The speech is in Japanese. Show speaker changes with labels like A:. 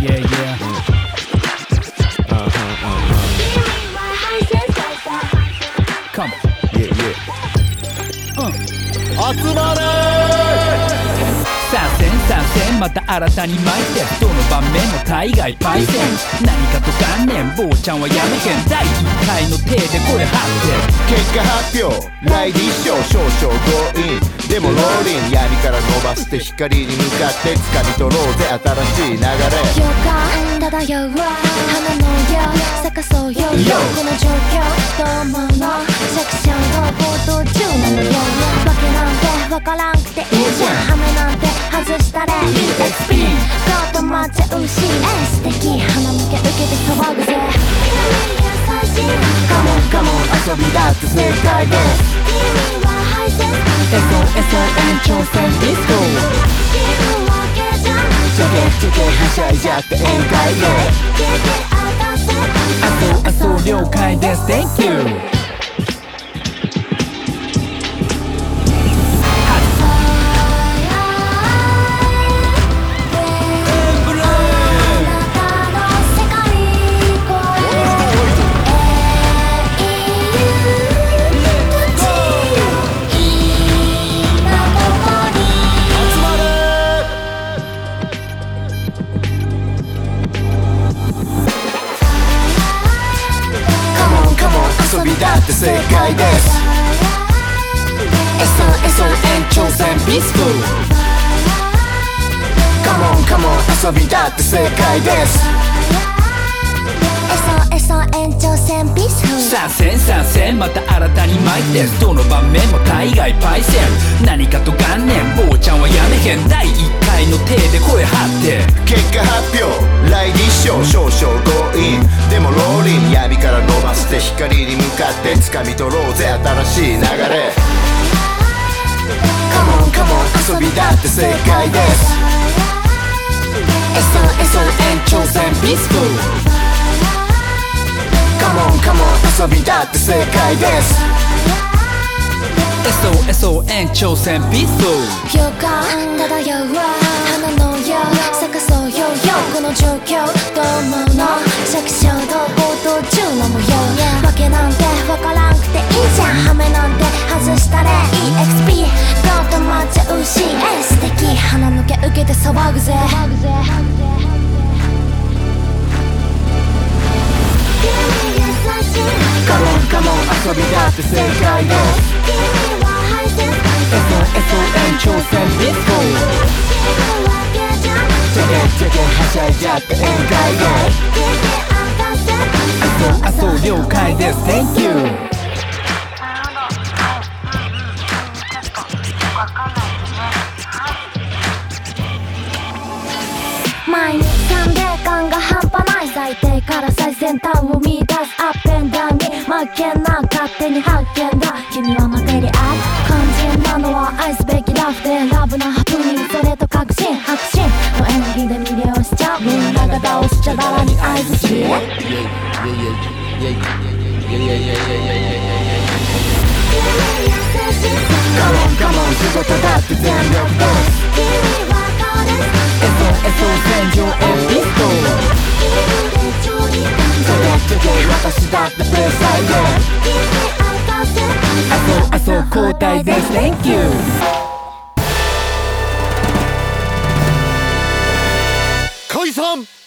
A: Yeah, yeah. かも。うん。
B: 集まれ
A: 参戦参戦また新たに巻いてどの場面も大概パイセン何かと観念坊ちゃんはやめへん第1回の手で声張って
B: 結果発表来日賞少々強引でもローリン闇から伸ばして光に向かって掴み取ろうぜ新しい流れ
C: 予感漂う花のよう咲かそうよこの状況どうものセクションを冒頭中なのよわけなんてわからんくていいじゃん雨なんて外したれいいエスピンカート待ちゃうし素敵花向け受けて騒ぐぜ優しいカモンカモン
B: 遊びだって正解で
C: 君は配線 SOS 延長戦ディスコ君わけじゃん
B: ちょけちょけはしゃいじゃって宴会で
A: あそうあそう了解です Thank you
B: カモンカモン遊びだって正解です SOS 延長戦ビスクカモンカモン遊びだって正解です
C: 延長戦ビスフ
A: 参戦参戦また新たに巻いてどの場面も大概パイセン何かと観念坊ちゃんはやめへん第1回の手で声張って
B: 結果発表来日賞少々強引でもローリン闇から伸ばして光に向かって掴み取ろうぜ新しい流れカモンカモン遊びだって正解です SOS 延長戦ビスクカモンカモン遊びだって正解です
A: SOS 延長戦ビスト
C: 予感漂う花のよう咲かそうよよこの状況どうもの着想と報道中の模様わけなんてわからんくていいじゃんハメなんて外したれ EXP ガート待ちゃうし素敵花抜け受けて騒ぐぜ
B: カモンカモン遊びだって正解です
A: 挑戦ビスコ
B: チェケチェケはしゃいじゃって宴会で
A: あそう了解です Thank you
C: 毎日三霊感が半端ない最低から最先端を見出すアップエンダーに負けな勝手に発見だ君はマテリアル肝心なのは愛すべきラフでラブなハプニングそれと確信白信の演技で魅了しちゃうみんなが倒しちゃだらに合図し
B: カモンカモン仕事だって全力でチェケ私だって天才で
A: あそう交代です Thank you
B: 解散